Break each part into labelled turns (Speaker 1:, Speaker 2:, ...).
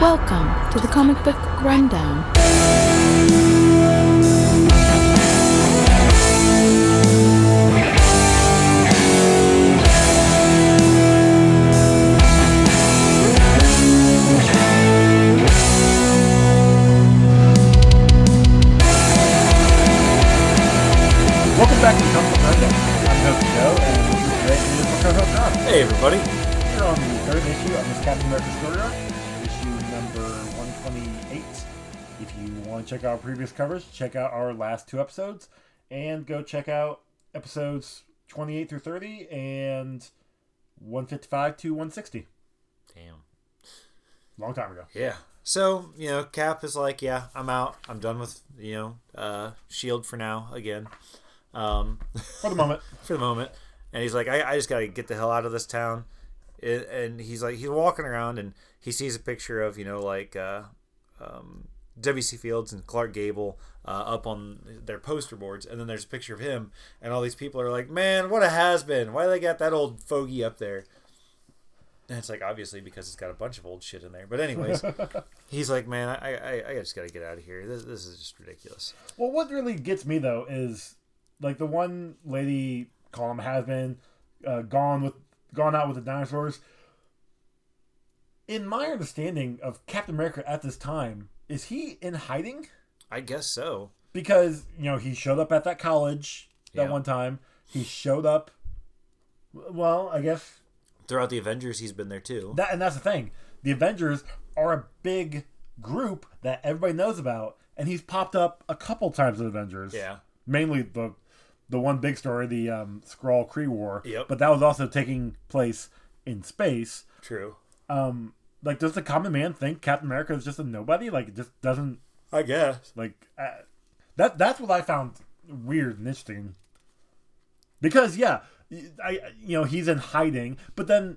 Speaker 1: Welcome to the Comic Book Rundown.
Speaker 2: Welcome back to the Comic Book Rundown. I'm your host Joe, and with me today is my co-host John.
Speaker 3: Hey everybody!
Speaker 2: We're on the third issue of this Captain America story arc, issue number 128. If you want to check out our previous covers, check out our last two episodes, and go check out episodes 28 through 30 and 155 to 160.
Speaker 3: Damn.
Speaker 2: Long time ago.
Speaker 3: Yeah. So you know, Cap is like, yeah, I'm out. I'm done with you know, uh, Shield for now again, um,
Speaker 2: For the moment,
Speaker 3: for the moment. And he's like, I, I just gotta get the hell out of this town. It, and he's like, he's walking around and he sees a picture of you know like uh, um, W.C. Fields and Clark Gable uh, up on their poster boards, and then there's a picture of him, and all these people are like, man, what a has been. Why they got that old fogey up there? And it's like obviously because it's got a bunch of old shit in there. But anyways, he's like, man, I, I, I just gotta get out of here. This, this is just ridiculous.
Speaker 2: Well, what really gets me though is like the one lady column has been uh, gone with gone out with the dinosaurs. In my understanding of Captain America at this time, is he in hiding?
Speaker 3: I guess so.
Speaker 2: Because you know he showed up at that college that
Speaker 3: Yeah.
Speaker 2: one time. He showed up. Well, I guess
Speaker 3: Throughout the Avengers, he's been there too.
Speaker 2: that, and that's the thing. The Avengers are a big group that everybody knows about, and he's popped up a couple times in Avengers.
Speaker 3: Yeah.
Speaker 2: mainly the the one big story, the um, Skrull Kree War.
Speaker 3: Yep.
Speaker 2: But that was also taking place in space.
Speaker 3: True.
Speaker 2: Um, like, does the common man think Captain America is just a nobody? Like, it just doesn't
Speaker 3: I guess.
Speaker 2: like uh, that. That's what I found weird and interesting. Because yeah, I you know he's in hiding, but then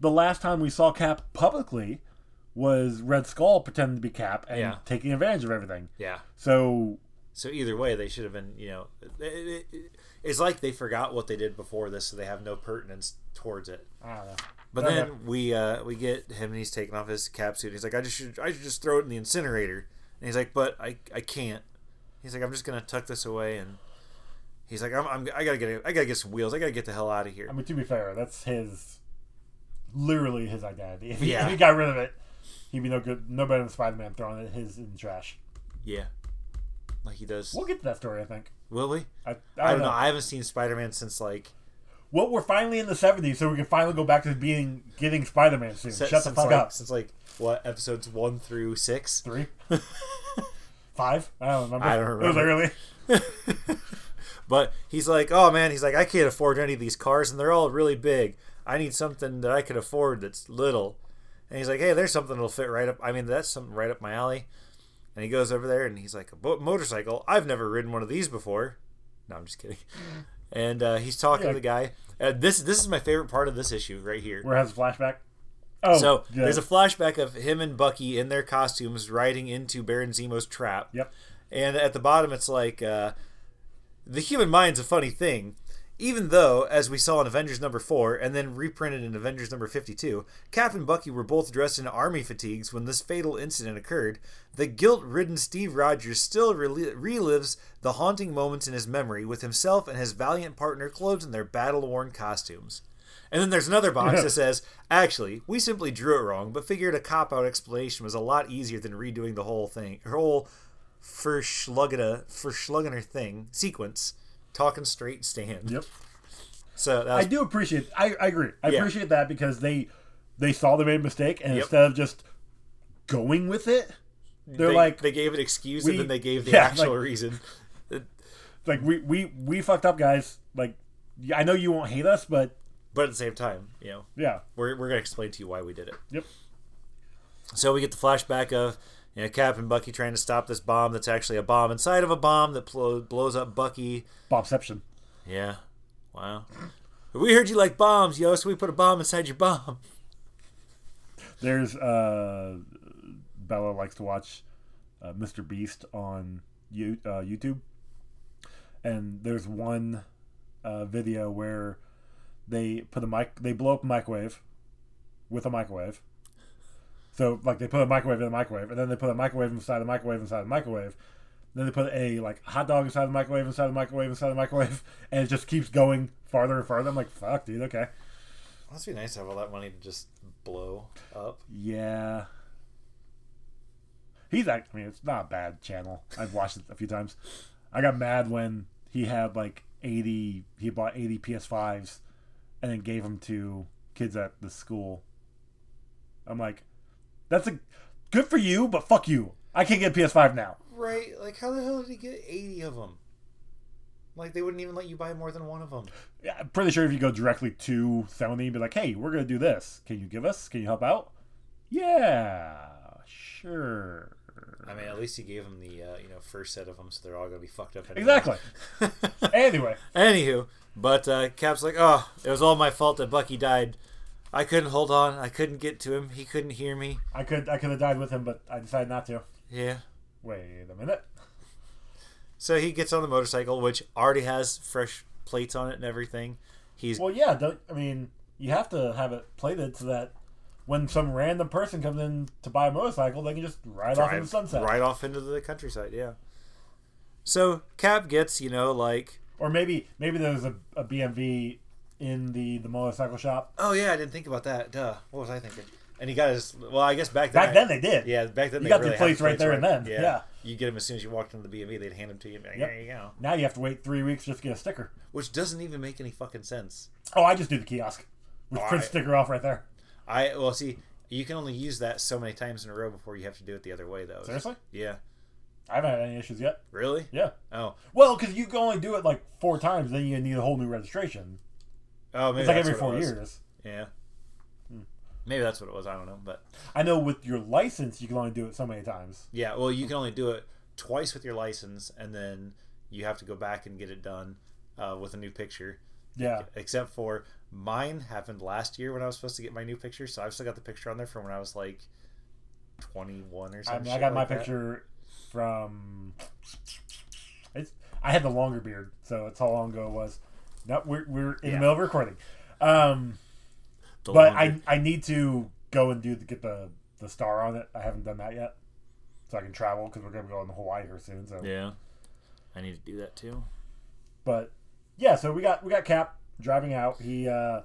Speaker 2: the last time we saw Cap publicly was Red Skull pretending to be Cap and
Speaker 3: Yeah.
Speaker 2: taking advantage of everything.
Speaker 3: Yeah.
Speaker 2: So
Speaker 3: So either way, they should have been, you know, it, it, it's like they forgot what they did before this, so they have no pertinence towards it.
Speaker 2: I don't know.
Speaker 3: But
Speaker 2: Okay.
Speaker 3: then we uh, we get him and he's taking off his cap suit. He's like, I just should I should just throw it in the incinerator. And he's like, but I I can't. He's like, I'm just gonna tuck this away. And he's like, I'm, I'm I gotta get a- I gotta get some wheels. I gotta get the hell out of here.
Speaker 2: I mean, to be fair, that's his, literally his identity. If he,
Speaker 3: Yeah.
Speaker 2: if he got rid of it, he'd be no good, no better than Spider-Man throwing it his in the trash.
Speaker 3: yeah, like he does.
Speaker 2: We'll get to that story, I think.
Speaker 3: Will we?
Speaker 2: I, I, don't,
Speaker 3: I don't
Speaker 2: know.
Speaker 3: know. I haven't seen Spider Man since like
Speaker 2: well, we're finally in the '70s, so we can finally go back to being getting Spider-Man soon.
Speaker 3: since,
Speaker 2: Shut the
Speaker 3: since,
Speaker 2: fuck
Speaker 3: like,
Speaker 2: up.
Speaker 3: since like what episodes one through six.
Speaker 2: Three, five. I don't remember.
Speaker 3: I don't
Speaker 2: It was
Speaker 3: remember.
Speaker 2: early.
Speaker 3: But he's like, oh man, he's like, I can't afford any of these cars, and they're all really big. I need something that I can afford that's little. And he's like, hey, there's something that'll fit right up. I mean, that's something right up my alley. And he goes over there and he's like, a bo- motorcycle? I've never ridden one of these before. No, I'm just kidding. And uh, he's talking
Speaker 2: Mm. Yeah.
Speaker 3: to the guy. Uh, this this is my favorite part of this issue right here.
Speaker 2: Where it has a flashback. Oh,
Speaker 3: So
Speaker 2: yeah.
Speaker 3: there's a flashback of him and Bucky in their costumes riding into Baron Zemo's trap.
Speaker 2: Yep.
Speaker 3: And at the bottom, it's like uh, the human mind's a funny thing. Even though, as we saw in Avengers number four and then reprinted in Avengers number 52, Cap and Bucky were both dressed in army fatigues when this fatal incident occurred, the guilt ridden Steve Rogers still rel- relives the haunting moments in his memory with himself and his valiant partner clothed in their battle worn costumes. And then there's another box that says, actually, we simply drew it wrong, but figured a cop out explanation was a lot easier than redoing the whole thing, whole for Schluggina for Schlugginer thing sequence. Talking straight stand.
Speaker 2: Yep.
Speaker 3: So that
Speaker 2: I
Speaker 3: was,
Speaker 2: do appreciate. I, I agree. I
Speaker 3: Yeah.
Speaker 2: appreciate that because they they saw they made a mistake, and
Speaker 3: Yep.
Speaker 2: instead of just going with it, they're
Speaker 3: they,
Speaker 2: like,
Speaker 3: they gave an excuse
Speaker 2: we-
Speaker 3: and then they gave the
Speaker 2: yeah,
Speaker 3: actual
Speaker 2: like-
Speaker 3: reason.
Speaker 2: like we we we fucked up, guys. Like yeah, I know you won't hate us, but
Speaker 3: But at the same time, you know,
Speaker 2: yeah,
Speaker 3: we're, we're gonna explain to you why we did it.
Speaker 2: yep,
Speaker 3: So we get the flashback of you know Cap and Bucky trying to stop this bomb that's actually a bomb inside of a bomb that blow, blows up Bucky.
Speaker 2: Bobception.
Speaker 3: Yeah. Wow. We heard you like bombs, yo, so we put a bomb inside your bomb.
Speaker 2: There's uh, Bella likes to watch uh, Mr. Beast on you, uh, YouTube, and there's one uh, video where they put a mic, they blow up a microwave with a microwave, So like they put a microwave in the microwave, and then they put a microwave inside the microwave inside the microwave. Then they put a like hot dog inside the microwave inside the microwave inside the microwave, and it just keeps going farther and farther. I'm like, fuck, dude. Okay.
Speaker 3: Must be nice to have all that money to just blow up.
Speaker 2: Yeah. He's act. I mean, it's not a bad channel. I've watched it a few times. I got mad when he had like 80, he bought 80 PS5s and then gave them to kids at the school. I'm like, that's a good for you, but fuck you. I can't get a PS5 now.
Speaker 3: Right? Like, how the hell did he get 80 of them? Like, they wouldn't even let you buy more than one of them.
Speaker 2: Yeah, I'm pretty sure if you go directly to Sony and be like, hey, we're going to do this. Can you give us? Can you help out? Yeah, sure.
Speaker 3: I mean, at least he gave them the, uh, you know, first set of them, so they're all going to be fucked up anyway.
Speaker 2: Exactly. Anyway,
Speaker 3: Anywho, but uh, Cap's like, oh, it was all my fault that Bucky died. I couldn't hold on. I couldn't get to him. He couldn't hear me.
Speaker 2: I could I could have died with him, but I decided not to.
Speaker 3: Yeah.
Speaker 2: Wait a minute.
Speaker 3: So he gets on the motorcycle, which already has fresh plates on it and everything. He's
Speaker 2: Well, yeah. Don't, I mean, you have to have it plated so that when some random person comes in to buy a motorcycle, they can just ride off in the
Speaker 3: drive
Speaker 2: sunset.
Speaker 3: right off into the countryside. Yeah. So Cap gets, you know, like,
Speaker 2: Or maybe maybe there's a, a BMV in the the motorcycle shop.
Speaker 3: oh yeah, I didn't think about that. Duh. What was I thinking? And he got his. Well, I guess back then.
Speaker 2: Back then they did.
Speaker 3: Yeah, back then
Speaker 2: You
Speaker 3: they
Speaker 2: got the
Speaker 3: really had
Speaker 2: plates right there and then. Yeah.
Speaker 3: You get them as soon as you walked into the BME, they'd hand them to you. And be like,
Speaker 2: Yep.
Speaker 3: There you go.
Speaker 2: Now you have to wait three weeks just to get a sticker.
Speaker 3: Which doesn't even make any fucking sense.
Speaker 2: Oh, I just do the kiosk, which
Speaker 3: All
Speaker 2: prints
Speaker 3: right.
Speaker 2: sticker off right there.
Speaker 3: I well see you can only use that so many times in a row before you have to do it the other way though.
Speaker 2: Seriously?
Speaker 3: Yeah.
Speaker 2: I haven't had any issues yet.
Speaker 3: Really?
Speaker 2: Yeah.
Speaker 3: Oh.
Speaker 2: Well, because you can only do it like four times, then you need a whole new registration.
Speaker 3: Oh, maybe
Speaker 2: It's like
Speaker 3: that's
Speaker 2: every
Speaker 3: what
Speaker 2: four
Speaker 3: it was.
Speaker 2: years.
Speaker 3: Yeah. Hmm. Maybe that's what it was. I don't know, but
Speaker 2: I know with your license, you can only do it so many times.
Speaker 3: yeah. Well, you can only do it twice with your license, and then you have to go back and get it done uh, with a new picture.
Speaker 2: Yeah.
Speaker 3: Except for mine happened last year when I was supposed to get my new picture, so I've still got the picture on there from when I was like twenty-one or
Speaker 2: I,
Speaker 3: something.
Speaker 2: mean, I got my picture from. It's. I had the longer beard, so that's how long ago it was. No, we're, we're in the
Speaker 3: Yeah.
Speaker 2: middle of recording. Um, but I I need to go and do the, get the the star on it. I haven't done that yet, so I can travel because we're gonna go on to Hawaii here soon. So,
Speaker 3: yeah, I need to do that too.
Speaker 2: but yeah, so we got we got Cap driving out. He uh,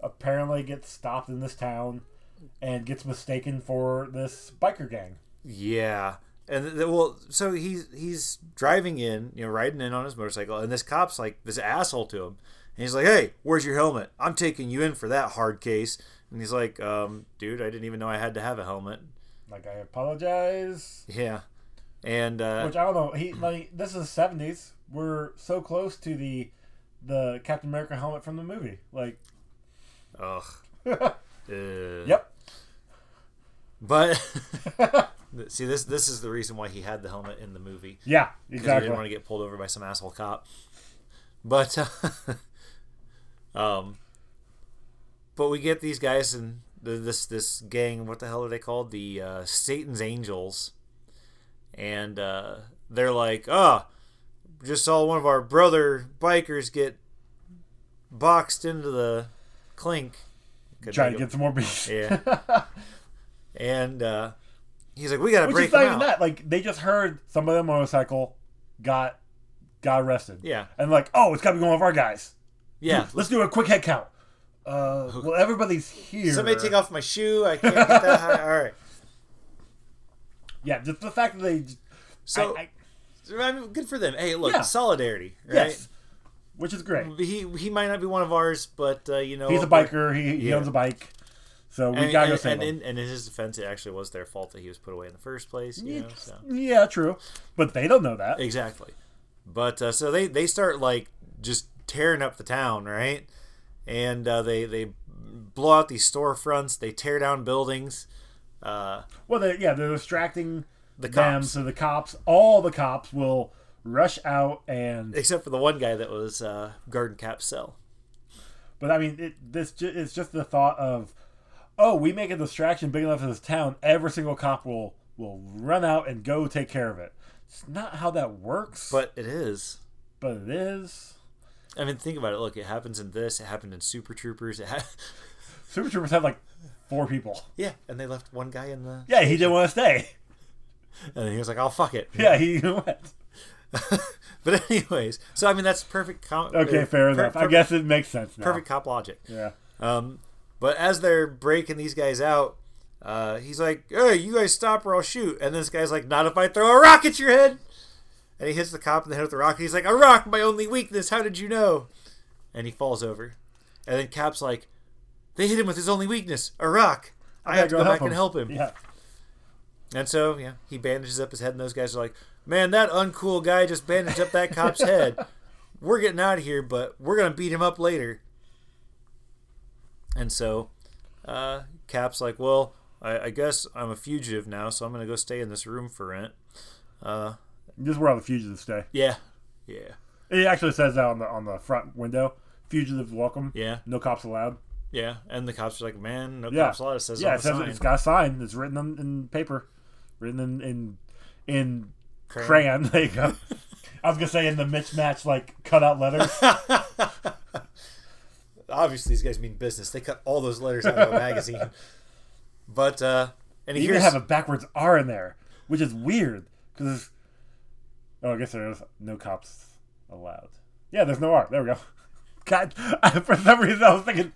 Speaker 2: apparently gets stopped in this town and gets mistaken for this biker gang.
Speaker 3: Yeah, and th- th- well, so he's he's driving in, you know, riding in on his motorcycle, and this cop's like this asshole to him, and he's like, "Hey, where's your helmet? I'm taking you in for that hard case." And he's like, um, "Dude, I didn't even know I had to have a helmet."
Speaker 2: Like I apologize.
Speaker 3: Yeah, and uh,
Speaker 2: Which I don't know. He like this is seventies. We're so close to the the Captain America helmet from the movie. Like,
Speaker 3: ugh, Ugh.
Speaker 2: yep.
Speaker 3: But see, this this is the reason why he had the helmet in the movie.
Speaker 2: Yeah,
Speaker 3: because he
Speaker 2: exactly.
Speaker 3: didn't want to get pulled over by some asshole cop. But, uh, um, but we get these guys and th- this this gang. What the hell are they called? The uh, Satan's Angels, and uh, they're like, ah, just saw one of our brother bikers get boxed into the clink. Couldn't
Speaker 2: Trying to
Speaker 3: think
Speaker 2: get some more beef.
Speaker 3: Yeah. of- and uh, he's like, we gotta
Speaker 2: Which
Speaker 3: break
Speaker 2: is not
Speaker 3: them
Speaker 2: even
Speaker 3: out.
Speaker 2: that. Like they just heard somebody on a motorcycle got got arrested.
Speaker 3: Yeah,
Speaker 2: And like, oh, it's got to be one of our guys.
Speaker 3: yeah.
Speaker 2: Let's do a quick head count. Uh, well, everybody's here.
Speaker 3: Somebody take off my shoe. I can't get that high. All right.
Speaker 2: Yeah, just the fact that they. j-
Speaker 3: So
Speaker 2: I, I,
Speaker 3: I mean, good for them. Hey, look,
Speaker 2: Yeah.
Speaker 3: solidarity. Right?
Speaker 2: yes, which is great.
Speaker 3: He he might not be one of ours, but uh, you know
Speaker 2: He's a biker. He, he
Speaker 3: Yeah.
Speaker 2: owns a bike. So we
Speaker 3: And,
Speaker 2: gotta go
Speaker 3: and,
Speaker 2: save
Speaker 3: and,
Speaker 2: him.
Speaker 3: in, and in his defense, it actually was their fault that he was put away in the first place. You know, so.
Speaker 2: Yeah, true. But they don't know that.
Speaker 3: exactly. But uh, so they they start like just tearing up the town, right? And uh, they they blow out these storefronts. They tear down buildings. Uh,
Speaker 2: Well, they, yeah, they're distracting the them,
Speaker 3: cops.
Speaker 2: so the cops, all the cops, will rush out and.
Speaker 3: except for the one guy that was uh, guarding Cap's cell.
Speaker 2: But I mean, it, this ju- it's just the thought of, oh, we make a distraction big enough in this town, every single cop will will run out and go take care of it. It's not how that works,
Speaker 3: But it is.
Speaker 2: but it is.
Speaker 3: I mean, think about it. Look, it happens in this. It happened in Super Troopers. It ha-
Speaker 2: Super Troopers had like four people.
Speaker 3: Yeah, and they left one guy in the.
Speaker 2: Yeah, he didn't want to stay.
Speaker 3: And he was like, "I'll fuck it."
Speaker 2: Yeah, he went.
Speaker 3: But anyways, so I mean that's perfect. Com-
Speaker 2: Okay,
Speaker 3: uh,
Speaker 2: fair
Speaker 3: per-
Speaker 2: enough. I
Speaker 3: perfect-
Speaker 2: guess it makes sense now.
Speaker 3: perfect cop logic.
Speaker 2: Yeah.
Speaker 3: Um, but as they're breaking these guys out, uh, he's like, "Hey, you guys stop or I'll shoot." And this guy's like, "Not if I throw a rock at your head." And he hits the cop in the head with the rock. And he's like, "A rock, my only weakness. How did you know?" And he falls over. And then Cap's like, "They hit him with his only weakness, a rock. I have to go, back and help him."
Speaker 2: Yeah.
Speaker 3: And so, yeah, he bandages up his head, and those guys are like, "Man, that uncool guy just bandaged up that cop's head. We're getting out of here, but we're gonna beat him up later." And so, uh, Cap's like, "Well, I, I guess I'm a fugitive now, so I'm gonna go stay in this room for rent." Uh,
Speaker 2: This is where all the fugitives stay.
Speaker 3: yeah, yeah,
Speaker 2: It actually says that on the on the front window. Fugitives welcome.
Speaker 3: yeah,
Speaker 2: No cops allowed.
Speaker 3: yeah. And the cops are like, "Man, no
Speaker 2: Yeah.
Speaker 3: cops allowed." It says
Speaker 2: yeah,
Speaker 3: on
Speaker 2: it
Speaker 3: the
Speaker 2: says
Speaker 3: sign.
Speaker 2: it's got a sign. It's written in, in paper, written in in, in
Speaker 3: Crayon.
Speaker 2: crayon. There you go. I was gonna say in the mismatch like cutout letters.
Speaker 3: Obviously, these guys mean business. They cut all those letters out of a magazine. But uh, and
Speaker 2: They
Speaker 3: he
Speaker 2: even
Speaker 3: hears,
Speaker 2: have a backwards R in there, which is weird because. Oh, I guess there's no cops allowed. Yeah, there's no R. There we go. God, I, for some reason I was thinking,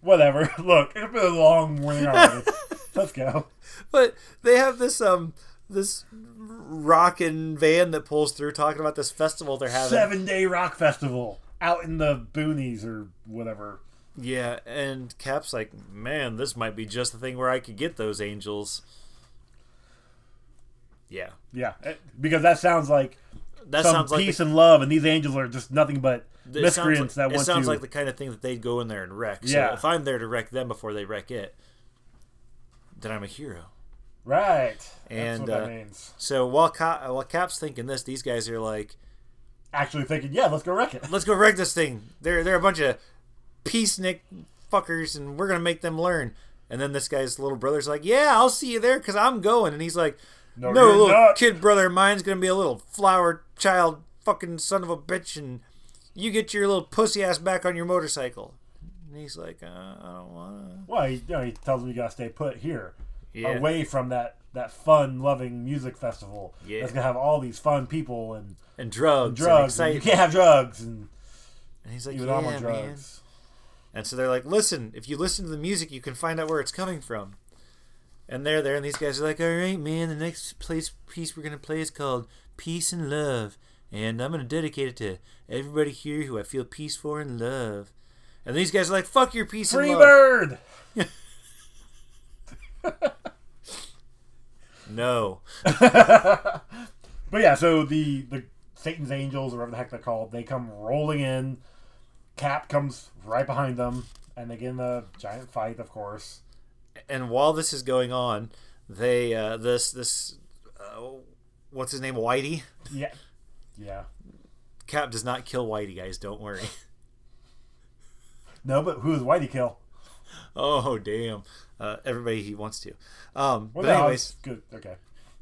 Speaker 2: whatever. Look, it's been a long morning already. Let's go.
Speaker 3: but they have this um this rockin' van that pulls through talking about this festival they're having.
Speaker 2: Seven Day Rock Festival out in the boonies or whatever.
Speaker 3: Yeah, and Cap's like, man, this might be just the thing where I could get those angels. Yeah,
Speaker 2: Yeah, eh, because that sounds like
Speaker 3: that
Speaker 2: some
Speaker 3: sounds like
Speaker 2: peace
Speaker 3: the,
Speaker 2: and love, and these angels are just nothing but
Speaker 3: it
Speaker 2: miscreants
Speaker 3: sounds like,
Speaker 2: that
Speaker 3: it
Speaker 2: want
Speaker 3: sounds
Speaker 2: to.
Speaker 3: like the kind of thing that they'd go in there and wreck. So
Speaker 2: Yeah.
Speaker 3: if I'm there to wreck them before they wreck it, then I'm a hero.
Speaker 2: right. That's
Speaker 3: And,
Speaker 2: what that
Speaker 3: uh,
Speaker 2: means.
Speaker 3: So while Cap, while Cap's thinking this, these guys are like,
Speaker 2: Actually thinking, yeah, let's go wreck it.
Speaker 3: let's go wreck this thing. They're they're a bunch of peacenik fuckers, and we're gonna make them learn. And then this guy's little brother's like, "Yeah, I'll see you there, cause I'm going." And he's like, "No,
Speaker 2: you're
Speaker 3: little
Speaker 2: not."
Speaker 3: kid brother of mine's gonna be a little flower child, fucking son of a bitch, and you get your little pussy ass back on your motorcycle." And he's like, uh, "I don't wanna."
Speaker 2: Well, he, you know, he tells me you gotta stay put here,
Speaker 3: Yeah.
Speaker 2: away from that that fun loving music festival
Speaker 3: Yeah.
Speaker 2: that's gonna have all these fun people and
Speaker 3: And drugs, and
Speaker 2: drugs. and you
Speaker 3: excitement.
Speaker 2: can't have drugs, and
Speaker 3: And he's like,
Speaker 2: even
Speaker 3: "Yeah,
Speaker 2: though I'm on
Speaker 3: man."
Speaker 2: drugs.
Speaker 3: And so they're like, listen, if you listen to the music, you can find out where it's coming from. And they're there, and these guys are like, all right, man, the next place piece we're going to play is called Peace and Love. And I'm going to dedicate it to everybody here who I feel peace for and love. And these guys are like, fuck your peace
Speaker 2: Free
Speaker 3: and love.
Speaker 2: bird.
Speaker 3: No.
Speaker 2: But yeah, so the the Satan's angels, or whatever the heck they're called, they come rolling in. Cap comes right behind them, and they get in a giant fight. Of course,
Speaker 3: And while this is going on, they, uh, this, this, uh, what's his name, Whitey?
Speaker 2: yeah, yeah.
Speaker 3: Cap does not kill Whitey, guys, don't worry.
Speaker 2: No, but who is Whitey kill?
Speaker 3: oh, damn. Uh, everybody he wants to. Um,
Speaker 2: Well,
Speaker 3: but,
Speaker 2: no, I
Speaker 3: anyways,
Speaker 2: was- good. Okay.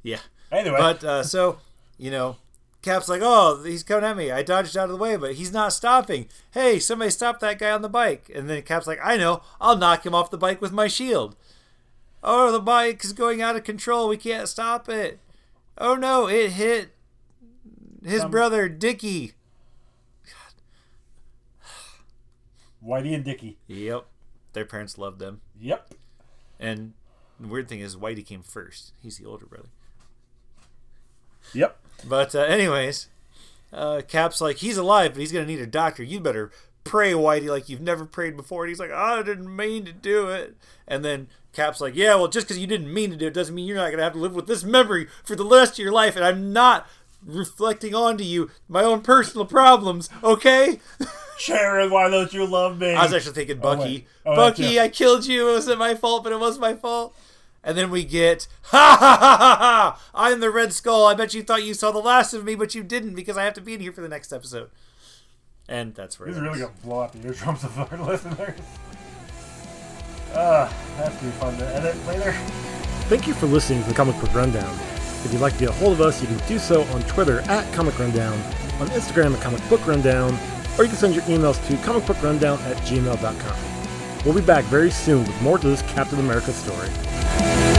Speaker 3: yeah.
Speaker 2: Anyway,
Speaker 3: But uh, so, you know, Cap's like, oh, he's coming at me. I dodged out of the way, but he's not stopping. Hey, somebody stop that guy on the bike. And then Cap's like, I know. I'll knock him off the bike with my shield. Oh, the bike is going out of control. We can't stop it. Oh, no, it hit his
Speaker 2: Some-
Speaker 3: brother, Dickie.
Speaker 2: Whitey and Dickie.
Speaker 3: Yep. Their parents loved them.
Speaker 2: Yep.
Speaker 3: And the weird thing is, Whitey came first. He's the older brother.
Speaker 2: Yep.
Speaker 3: But uh, anyways, uh, Cap's like he's alive, but he's gonna need a doctor. You better pray, Whitey, like you've never prayed before. And he's like, I didn't mean to do it. And then Cap's like, Yeah, well, just because you didn't mean to do it doesn't mean you're not gonna have to live with this memory for the rest of your life. And I'm not reflecting onto you my own personal problems. Okay.
Speaker 2: Sharon, why don't you love me?
Speaker 3: I was actually thinking Bucky.
Speaker 2: wait. Oh, that's
Speaker 3: Bucky,
Speaker 2: you.
Speaker 3: I killed you. It wasn't my fault, but it was my fault. And then we get ha ha ha ha ha! I'm the Red Skull. I bet you thought you saw the last of me, but you didn't because I have to be in here for the next episode. And that's where
Speaker 2: This
Speaker 3: it
Speaker 2: is really
Speaker 3: ends.
Speaker 2: gonna blow out the eardrums of our listeners. Ah, that's gonna be fun to edit later.
Speaker 4: Thank you for listening to the Comic Book Rundown. If you'd like to get a hold of us, you can do so on Twitter at Comic Rundown, on Instagram at Comic Book Rundown, or you can send your emails to comicbookrundown at gmail.com.
Speaker 2: We'll be back very soon with more to this Captain America story.